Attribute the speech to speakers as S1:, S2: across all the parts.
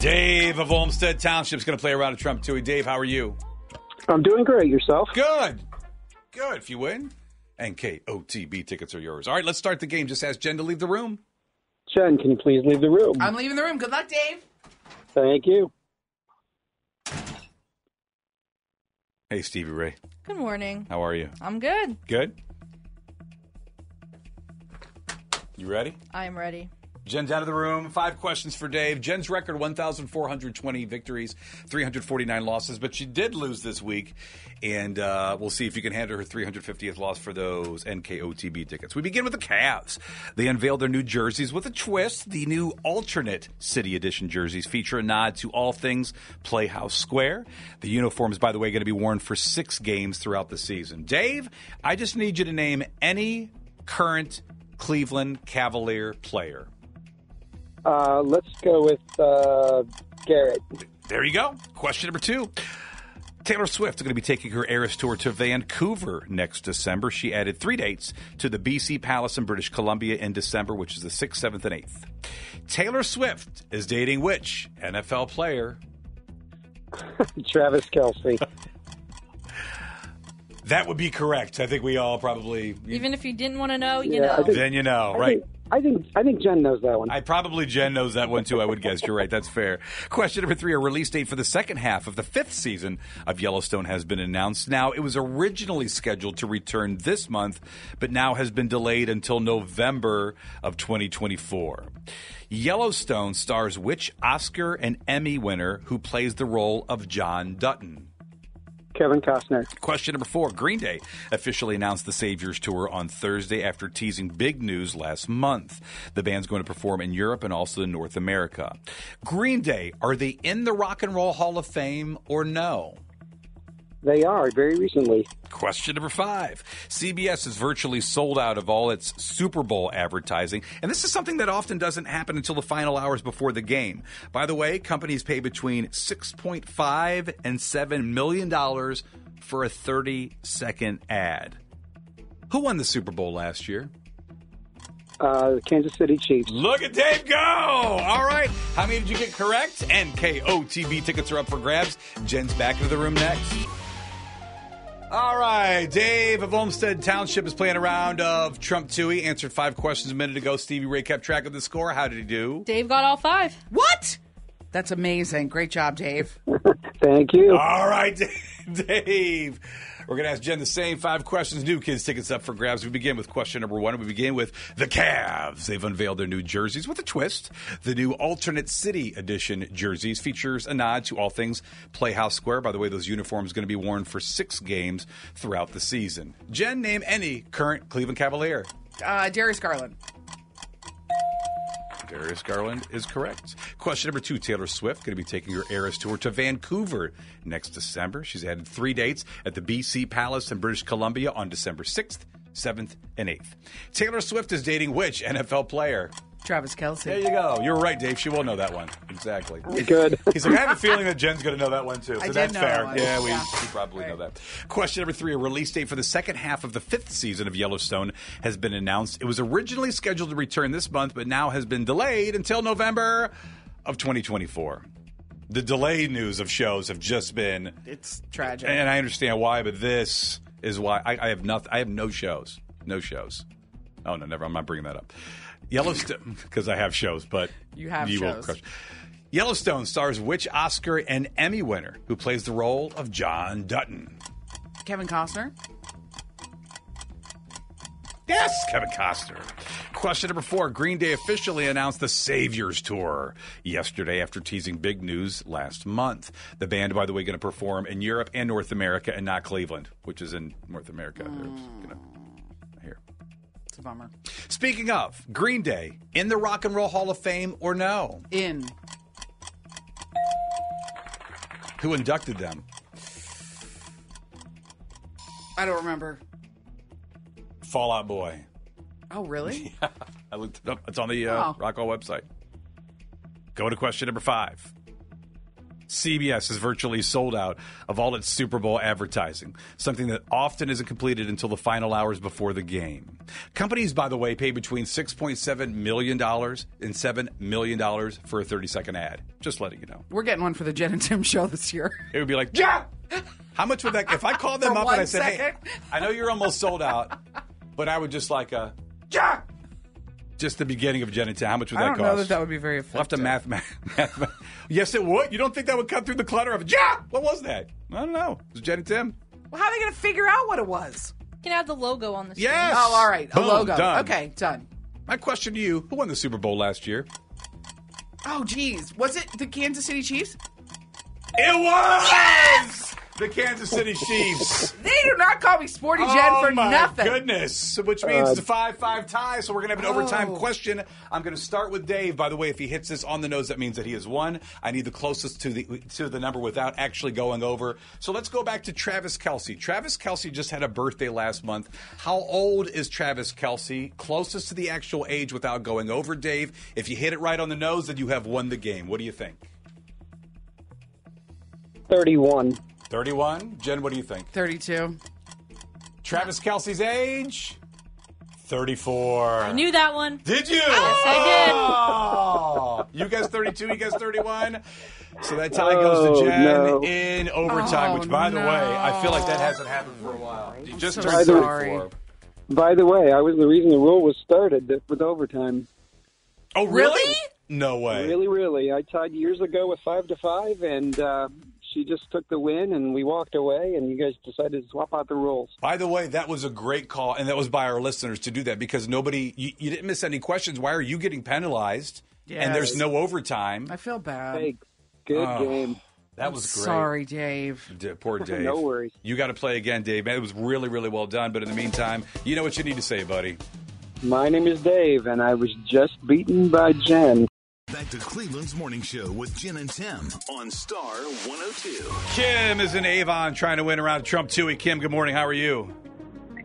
S1: Dave of Olmsted Township's going to play around a Trump Tui. Dave, how are you?
S2: I'm doing great. Yourself?
S1: Good. Good. If you win, NKOTB tickets are yours. All right, let's start the game. Just ask Jen to leave the room.
S2: Jen, can you please leave the room?
S3: I'm leaving the room. Good luck, Dave.
S2: Thank you.
S1: Hey, Stevie Ray.
S3: Good morning.
S1: How are you?
S3: I'm good.
S1: Good? You ready?
S3: I'm ready.
S1: Jen's out of the room. Five questions for Dave. Jen's record 1,420 victories, 349 losses, but she did lose this week. And uh, we'll see if you can handle her 350th loss for those NKOTB tickets. We begin with the Cavs. They unveiled their new jerseys with a twist. The new alternate City Edition jerseys feature a nod to all things Playhouse Square. The uniforms, by the way, going to be worn for six games throughout the season. Dave, I just need you to name any current Cleveland Cavalier player.
S2: Uh, let's go with uh, Garrett.
S1: There you go. Question number two. Taylor Swift is going to be taking her Eras tour to Vancouver next December. She added three dates to the BC Palace in British Columbia in December, which is the 6th, 7th, and 8th. Taylor Swift is dating which NFL player?
S2: Travis Kelsey.
S1: That would be correct. I think we all probably.
S3: Even if you didn't want to know, you
S2: Yeah, I
S3: know.
S2: think-
S1: then you know,
S2: I
S1: right?
S2: think- I think I think Jen knows that one.
S1: I probably Jen knows that one too. I would guess you're right. That's fair. Question number three: A release date for the second half of the fifth season of Yellowstone has been announced. Now, it was originally scheduled to return this month, but now has been delayed until November of 2024. Yellowstone stars which Oscar and Emmy winner who plays the role of John Dutton?
S2: Kevin Costner.
S1: Question number four Green Day officially announced the Saviors Tour on Thursday after teasing big news last month. The band's going to perform in Europe and also in North America. Green Day, are they in the Rock and Roll Hall of Fame or no?
S2: They are very recently.
S1: Question number five. CBS is virtually sold out of all its Super Bowl advertising, and this is something that often doesn't happen until the final hours before the game. By the way, companies pay between $6.5 and $7 million for a 30 second ad. Who won the Super Bowl last year?
S2: Uh, Kansas City Chiefs.
S1: Look at Dave go! All right. How many did you get correct? NKOTV tickets are up for grabs. Jen's back into the room next. All right. Dave of Olmsted Township is playing a round of Trump Tui. Answered five questions a minute ago. Stevie Ray kept track of the score. How did he do?
S3: Dave got all five.
S1: What?
S3: That's amazing. Great job, Dave.
S2: Thank you.
S1: All right, Dave. We're going to ask Jen the same five questions. New kids tickets up for grabs. We begin with question number one. We begin with the Cavs. They've unveiled their new jerseys with a twist. The new alternate city edition jerseys features a nod to all things Playhouse Square. By the way, those uniforms are going to be worn for six games throughout the season. Jen, name any current Cleveland Cavalier.
S3: Uh, Darius Garland.
S1: Darius Garland is correct. Question number two Taylor Swift going to be taking her Eras tour to Vancouver next December. She's added three dates at the BC Palace in British Columbia on December 6th, 7th, and 8th. Taylor Swift is dating which NFL player?
S3: Travis
S1: There
S3: Kelsey.
S1: you go. You're right, Dave. She will know that one. Exactly.
S2: Good.
S1: He's like, I have a feeling that Jen's going to know that one too. So
S3: I did
S1: that's
S3: know
S1: fair.
S3: that one.
S1: Yeah, we,
S3: Yeah.
S1: we probably know that. Question number three: A release date for the second half of the fifth season of Yellowstone has been announced. It was originally scheduled to return this month, but now has been delayed until November of 2024. The delay news of shows have just been,
S3: It's tragic.
S1: and I understand why, but this is why I, I have nothing. I have no shows. No shows. Oh no, never. I'm not bringing that up. Yellowstone, because I have shows, but
S3: You have
S1: will
S3: shows.
S1: crush. Yellowstone stars which Oscar and Emmy winner who plays the role of John Dutton?
S3: Kevin Costner.
S1: Yes, Kevin Costner. Question number four Green Day officially announced the Saviors Tour yesterday after teasing big news last month. The band, by the way, going to perform in Europe and North America and not Cleveland, which is in North America. They're gonna- here.
S3: It's a bummer.
S1: Speaking of, Green Day in the Rock and Roll Hall of Fame or no?
S3: In
S1: Who inducted them?
S3: I don't remember.
S1: Fallout Boy.
S3: Oh really?
S1: I looked it up. It's on the uh,
S3: Oh.
S1: Rock Hall website. Go to question number five. CBS is virtually sold out of all its Super Bowl advertising, something that often isn't completed until the final hours before the game. Companies, by the way, pay between $6.7 million and $7 million for a 30 second ad. Just letting you know.
S3: We're getting one for the Jen and Tim show this year.
S1: It would be like, yeah! How much would that, if I called them
S3: For
S1: up and I
S3: one
S1: said,
S3: second.
S1: hey, I know you're almost sold out, but I would just like a, yeah! Just the beginning of Jen and Tim. How much would
S3: I
S1: that
S3: don't
S1: cost?
S3: know that that would be very effective.
S1: We'll have to math, math, math. Yes, it would. You don't think that would cut through the clutter of, yeah! What was that? I don't know. It was Jen and Tim.
S3: Well, how are they going to figure out what it was?
S4: You can add the logo on the
S1: Yes!
S3: Oh, all right. A
S1: Boom,
S3: logo.
S1: done.
S3: Okay, done.
S1: My question to you who won the Super Bowl last year?
S3: Oh, geez. Was it the Kansas City Chiefs?
S1: It was! The Kansas City Chiefs.
S3: They do not call me Sporty Jen
S1: oh
S3: for
S1: my
S3: nothing.
S1: goodness! So Which means
S2: Uh,
S1: it's a five-five tie. So we're gonna have an overtime
S3: Oh.
S1: question. I'm gonna start with Dave. By the way, if he hits this on the nose, that means that he has won. I need the closest to the to the number without actually going over. So let's go back to Travis Kelsey. Travis Kelsey just had a birthday last month. How old is Travis Kelsey? Closest to the actual age without going over, Dave. If you hit it right on the nose, then you have won the game. What do you think?
S2: 31.
S1: Thirty-one. Jen, what do you think?
S3: 32.
S1: Travis Kelsey's age. Thirty-four.
S4: I knew that one.
S1: Did you?
S4: Yes, I
S1: I did. you guys 32, you guys 31. So that tie goes to
S2: Oh,
S1: Jen
S2: no.
S1: in overtime,
S3: Oh,
S1: which, by the
S3: no.
S1: way, I feel like that hasn't happened for a while. You just
S3: so
S1: turned
S3: sorry.
S1: 34.
S2: By the way, I was the reason the rule was started that- with overtime.
S1: Oh, really?
S3: Really?
S1: No way.
S2: Really, really. I tied years ago with five to five, and uh, she just took the win, and we walked away, and you guys decided to swap out the rules.
S1: By the way, that was a great call, and that was by our listeners to do that because nobody, you, you didn't miss any questions. Why are you getting penalized? And there's
S3: Yes.
S1: no overtime.
S3: I feel
S1: Um,
S3: bad.
S2: Hey, good
S1: oh,
S2: game.
S1: That was great.
S3: Sorry, Dave.
S1: D- poor Dave.
S2: No worries.
S1: You got to play again, Dave. Man, it was really, really well done. But in the meantime, you know what you need to say, buddy.
S2: My name is Dave, and I was just beaten by Jen.
S5: Back to Cleveland's Morning Show with Jen and Tim on Star 102.
S1: Kim is in Avon trying to win around Trump Tui. Kim, good morning. How are you?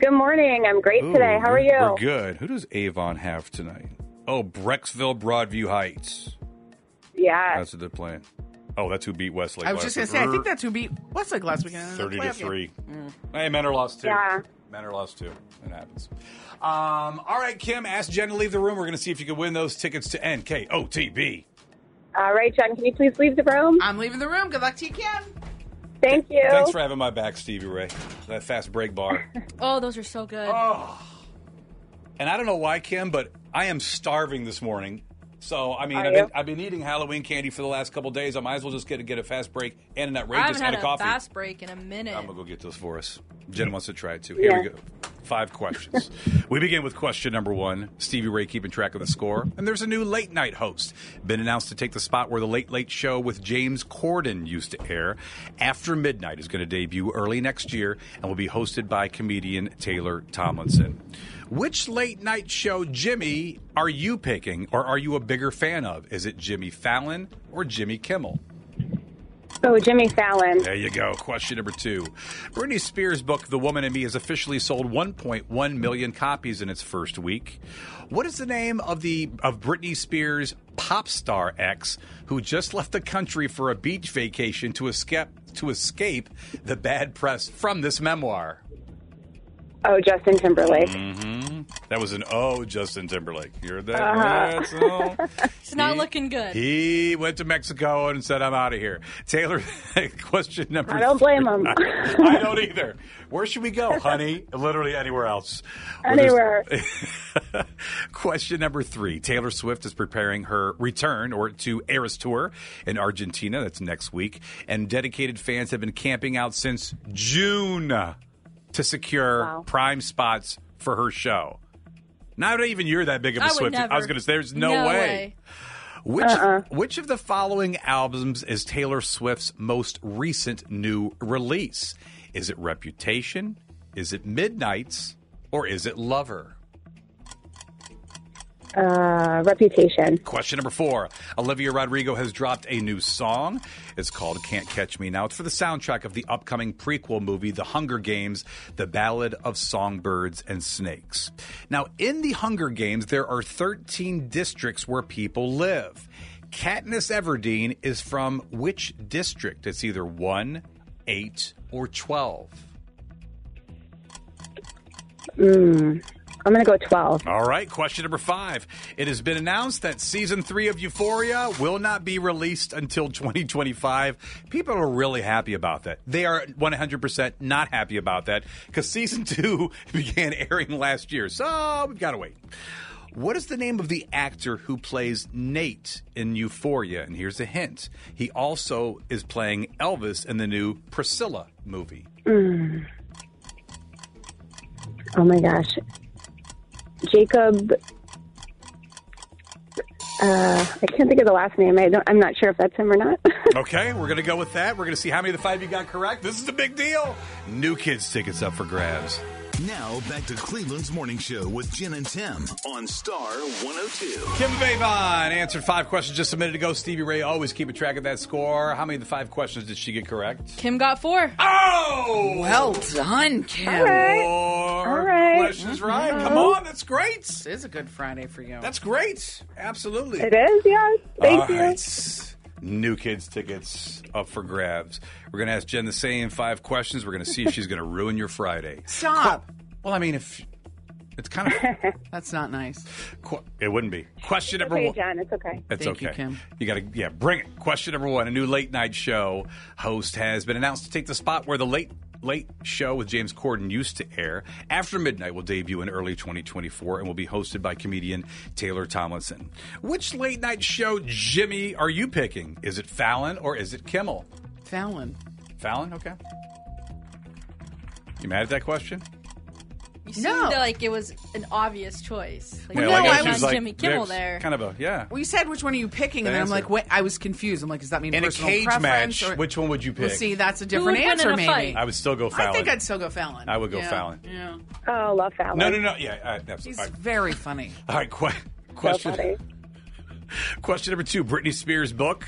S6: Good morning. I'm great today. How are you?
S1: We're good. Who does Avon have tonight? Oh, Brecksville Broadview Heights.
S6: Yeah.
S1: That's what they're playing. Oh, that's who beat Wesley.
S3: I was just going to say, I think that's who beat Westlake Mm. last weekend. in the
S1: thirty to
S3: playoff game.
S1: three. Hey, men are lost too.
S6: Yeah.
S1: Men are lost too. It happens. Um, all right, Kim. Ask Jen to leave the room. We're going to see if you can win those tickets to NKOTB.
S6: All right, John, can you please leave the room?
S3: I'm leaving the room. Good luck to you, Kim.
S6: Thank you.
S1: Thanks for having my back, Stevie Ray. That fast break bar.
S4: Oh, those are so good.
S1: And I don't know why, Kim, but I am starving this morning. So I mean,
S6: Are
S1: I've been,
S6: you?
S1: I've been eating Halloween candy for the last couple days. I might as well just get a, get a fast break and an
S4: I
S1: outrageous
S4: haven't
S1: and
S4: had
S1: a
S4: a
S1: coffee.
S4: fast break in a minute.
S1: I'm gonna go get those for us. Jen wants to try it too. Here we
S6: Yeah.
S1: go. Five questions. we begin with question number one. Stevie Ray keeping track of the score, and there's a new late night host been announced to take the spot where the Late Late Show with James Corden used to air. After Midnight is going to debut early next year and will be hosted by comedian Taylor Tomlinson. Which late night show, Jimmy, are you picking, or are you a bigger fan of? Is it Jimmy Fallon or Jimmy Kimmel?
S6: Oh, Jimmy Fallon.
S1: There you go. Question number two. Britney Spears' book, The Woman in Me, has officially sold 1.1 million copies in its first week. What is the name of the of Britney Spears' pop star ex who just left the country for a beach vacation to escape to escape the bad press from this memoir?
S6: Oh, Justin Timberlake.
S1: Mm, That was an O, Justin Timberlake. You're that. That's all.
S4: It's not looking good.
S1: He went to Mexico and said, "I'm out of here." Taylor, question number.
S6: I don't blame him.
S1: three. I don't either. Where should we go, honey? Literally anywhere else. Well, there's-
S6: Anywhere.
S1: Question number three. Taylor Swift is preparing her return or to Eras Tour in Argentina. That's next week. And dedicated fans have been camping out since June to secure
S6: Wow.
S1: prime spots for her show. Not even you're that big of a
S4: I would
S1: Swift.
S4: never.
S1: I was going to say, there's no, way. Which which of the following albums is Taylor Swift's most recent new release? Is it Reputation? Is it Midnight's? Or is it Lover?
S6: Uh, reputation.
S1: Question number four. Olivia Rodrigo has dropped a new song. It's called Can't Catch Me Now. It's for the soundtrack of the upcoming prequel movie, The Hunger Games, The Ballad of Songbirds and Snakes. Now, in The Hunger Games, there are 13 districts where people live. Katniss Everdeen is from which district? It's either 1, 8, or 12.
S6: I'm going to go 12.
S1: All right, question number five. It has been announced that season three of Euphoria will not be released until 2025. People are really happy about that. They are 100% not happy about that because season two began airing last year. So we've got to wait. What is the name of the actor who plays Nate in Euphoria? And here's a hint he also is playing Elvis in the new Priscilla movie.
S6: Oh, my gosh. Jacob. Uh, I can't think of the last name. I don't, I'm not sure if that's him or not.
S1: Okay, we're going to go with that. We're going to see how many of the five you got correct. This is a big deal. New kids tickets up for grabs.
S5: Now back to Cleveland's Morning Show with Jen and Tim on Star 102.
S1: Kim Vavon answered five questions just a minute ago. Stevie Ray always keeping track of that score. How many of the five questions did she get correct?
S4: Kim got four.
S1: Oh,
S3: Well done, Kim.
S6: right.
S1: Four
S6: All right. Uh-huh.
S1: questions right. Come on, that's great.
S3: This is a good Friday for you.
S1: That's great. Absolutely.
S6: it is, yes. Thank
S1: All
S6: you.
S1: right. New kids tickets up for grabs. We're going to ask Jen the same five questions. We're going to see if she's going to ruin your Friday.
S3: Stop.
S1: Well, I mean, if it's kind of
S3: That's not nice.
S1: Qu- it wouldn't be. Question number
S6: Okay,
S1: one.
S6: John, it's okay.
S1: That's
S3: Thank
S1: okay.
S3: you, Kim.
S1: You got to, yeah, bring it. Question number one. A new late night show host has been announced to take the spot where the late, late show with James Corden used to air. After Midnight will debut in early 2024 and will be hosted by comedian Taylor Tomlinson. Which late night show, Jimmy, are you picking? Is it Fallon or is it Kimmel?
S3: Fallon.
S1: Fallon? Okay. You mad at that question?
S4: You seemed
S3: No.
S4: like it was an obvious choice. Like,
S3: Yeah,
S4: you
S3: like,
S4: know
S3: I
S4: I'm
S3: was
S4: on
S3: like,
S4: Jimmy Kimmel
S1: there's
S4: there.
S1: Kind of a, yeah.
S3: Well, you said which one are you picking, and then I'm
S1: Answer.
S3: like, wait, I was confused. I'm like, does that mean
S1: In a
S3: personal
S1: cage
S3: preference
S1: match,
S3: or-
S1: which one would you pick?
S3: Well, see, that's a
S4: would
S3: different
S4: win in
S3: answer,
S4: a
S3: maybe.
S4: fight?
S1: I would still go Fallon.
S3: I think I'd still go Fallon.
S1: I would go
S3: Yeah.
S1: Fallon.
S3: Yeah.
S6: Oh, love Fallon.
S1: No, no, no. Yeah, all right,
S3: He's
S1: absolutely. All right.
S3: very funny.
S1: All right, que-
S6: So
S1: question.
S6: funny.
S1: Question number two Britney Spears' book,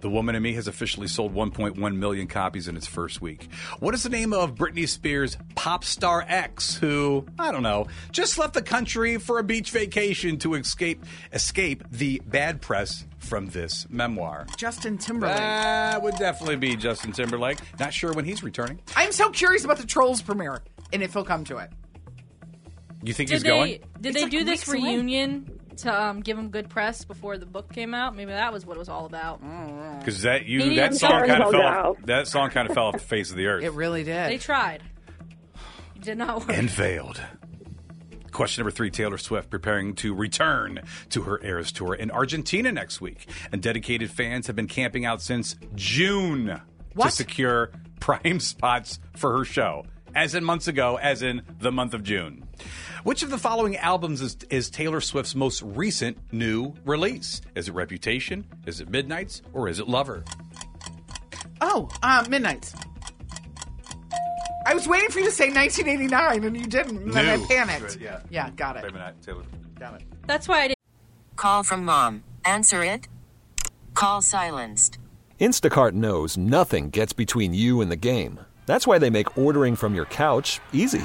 S1: The Woman in Me, has officially sold 1.1 million copies in its first week. What is the name of Britney Spears' pop star ex who, I don't know, just left the country for a beach vacation to escape escape the bad press from this memoir?
S3: Justin Timberlake.
S1: That would definitely be Justin Timberlake. Not sure when he's returning.
S3: I'm so curious about the Trolls premiere and if he'll come to it.
S1: You think
S4: did
S1: he's
S4: they
S1: going?
S4: did
S3: It's
S4: they
S3: like
S4: do this
S3: weeks away.
S4: reunion to um, give him good press before the book came out? Maybe that was what it was all about.
S1: Because that you
S4: Maybe
S1: that
S4: I'm
S1: song
S4: sure
S1: kind of
S6: he'll
S1: fell off,
S6: go.
S1: that song kind of fell off the face of the earth.
S3: It really did.
S4: They tried. It did not work.
S1: and failed. Question number three Taylor Swift preparing to return to her Eras tour in Argentina next week. And dedicated fans have been camping out since June to
S3: What?
S1: secure prime spots for her show, as in months ago, as in the month of June. Which of the following albums is, is Taylor Swift's most recent new release? Is it Reputation? Is it Midnight's? Or is it Lover?
S3: oh, uh, Midnight's. I was waiting for you to say 1989, and you didn't. And then I
S1: No.
S3: panicked.
S1: Yeah.
S3: got it.
S1: Midnight, Taylor.
S3: Got it.
S4: That's why I didn't
S7: Call from mom. Answer it. Call silenced. Instacart knows nothing gets between you and the game. That's why they make ordering from your couch easy.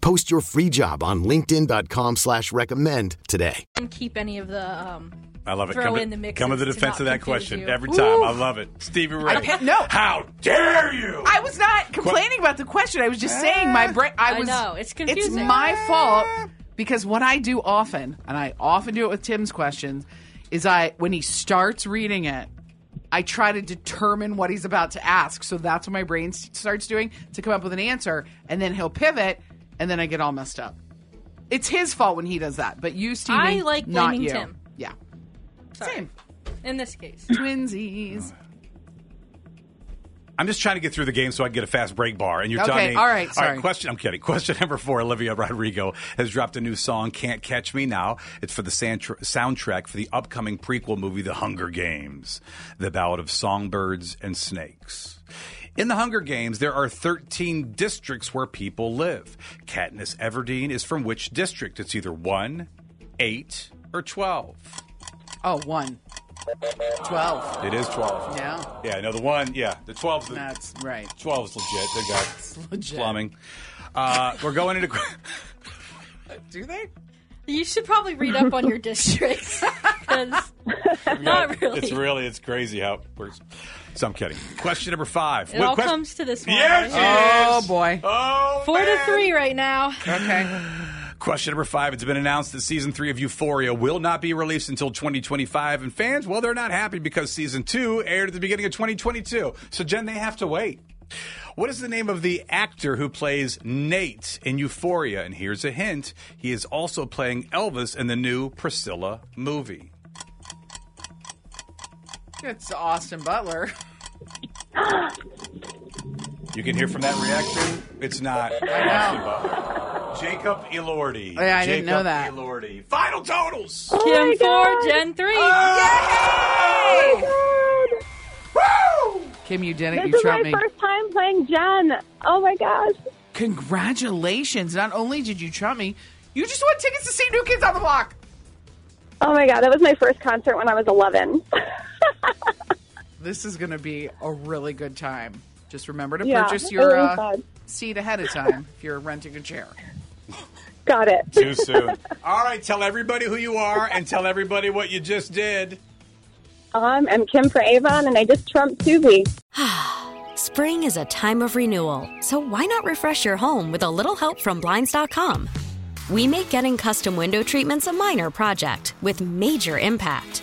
S8: Post your free job on linkedin.com/recommend slash recommend today.
S4: And keep any of the. Um,
S1: I love it.
S4: Throw
S1: come
S4: in
S1: to,
S4: the mix.
S1: Come to the defense of that question every time. I love it. Stevie Ray.
S3: I can't- no.
S1: How dare you?
S3: I was not complaining about the question. I was just saying my brain. I
S4: I
S3: was.
S4: know, it's confusing.
S3: It's my fault because what I do often, and I often do it with Tim's questions, is I when he starts reading it, I try to determine what he's about to ask. So that's what my brain s- starts doing to come up with an answer, and then he'll pivot, and then I get all messed up. It's his fault when he does that, but you, Stevie,
S4: I like
S3: not
S4: blaming
S3: you.
S4: Tim.
S3: Yeah,
S4: Sorry.
S3: Same.
S4: In this case,
S3: twinsies.
S1: I'm just trying to get through the game so I can get a fast break bar. And you're
S3: Okay,
S1: talking.
S3: all right,
S1: All
S3: sorry.
S1: right. Question. I'm kidding. Question number four. Olivia Rodrigo has dropped a new song, "Can't Catch Me Now." It's for the sound- soundtrack for the upcoming prequel movie, The Hunger Games: The Ballad of Songbirds and Snakes. In the Hunger Games, there are 13 districts where people live. Katniss Everdeen is from which district? It's either one, eight, or 12.
S3: Oh, one. Twelve.
S1: It is 12.
S3: Yeah.
S1: Yeah, I know the one. Yeah, the 12's the,
S3: That's right.
S1: 12's legit. They got
S3: legit.
S1: plumbing. Uh, we're going into.
S3: Do they?
S4: you should probably read up on your districts. 'cause not really.
S1: It's really it's crazy how it works. So I'm kidding. Question number five.
S4: It
S1: What
S4: all
S1: quest-
S4: comes to this one.
S1: Yes,
S4: right?
S1: it
S3: Oh
S1: is.
S3: boy.
S1: Oh,
S4: Four to
S1: man.
S4: three right now.
S3: Okay.
S1: Question number five. It's been announced that season three of Euphoria will not be released until 2025, and fans, well, they're not happy because season two aired at the beginning of 2022. So Jen, they have to wait. What is the name of the actor who plays Nate in Euphoria? And here's a hint: he is also playing Elvis in the new Priscilla movie.
S3: It's Austin Butler.
S1: You can hear from that reaction. It's not. Jacob Elordi.
S3: Oh, Yeah, I didn't
S1: Jacob
S3: know that.
S1: Elordi. Final totals.
S4: Kim four, Gen three.
S1: Ah! Oh
S3: Kim, you did it.
S6: This
S3: you
S6: is my
S3: trumped me.
S6: first time playing Jen. Oh my gosh.
S3: Congratulations. Not only did you trump me, you just won tickets to see New Kids on the Block.
S6: Oh my god, that was my first concert when I was 11.
S3: This is going to be a really good time. Just remember to
S6: Yeah,
S3: purchase
S6: it
S3: your
S6: was
S3: uh,
S6: fun.
S3: seat ahead of time if you're renting a chair.
S6: Got it.
S1: Too soon. All right, tell everybody who you are and tell everybody what you just did.
S6: Um, I'm Kim for Avon, and I just trumped Subi.
S9: Spring is a time of renewal, so why not refresh your home with a little help from Blinds.com? We make getting custom window treatments a minor project with major impact.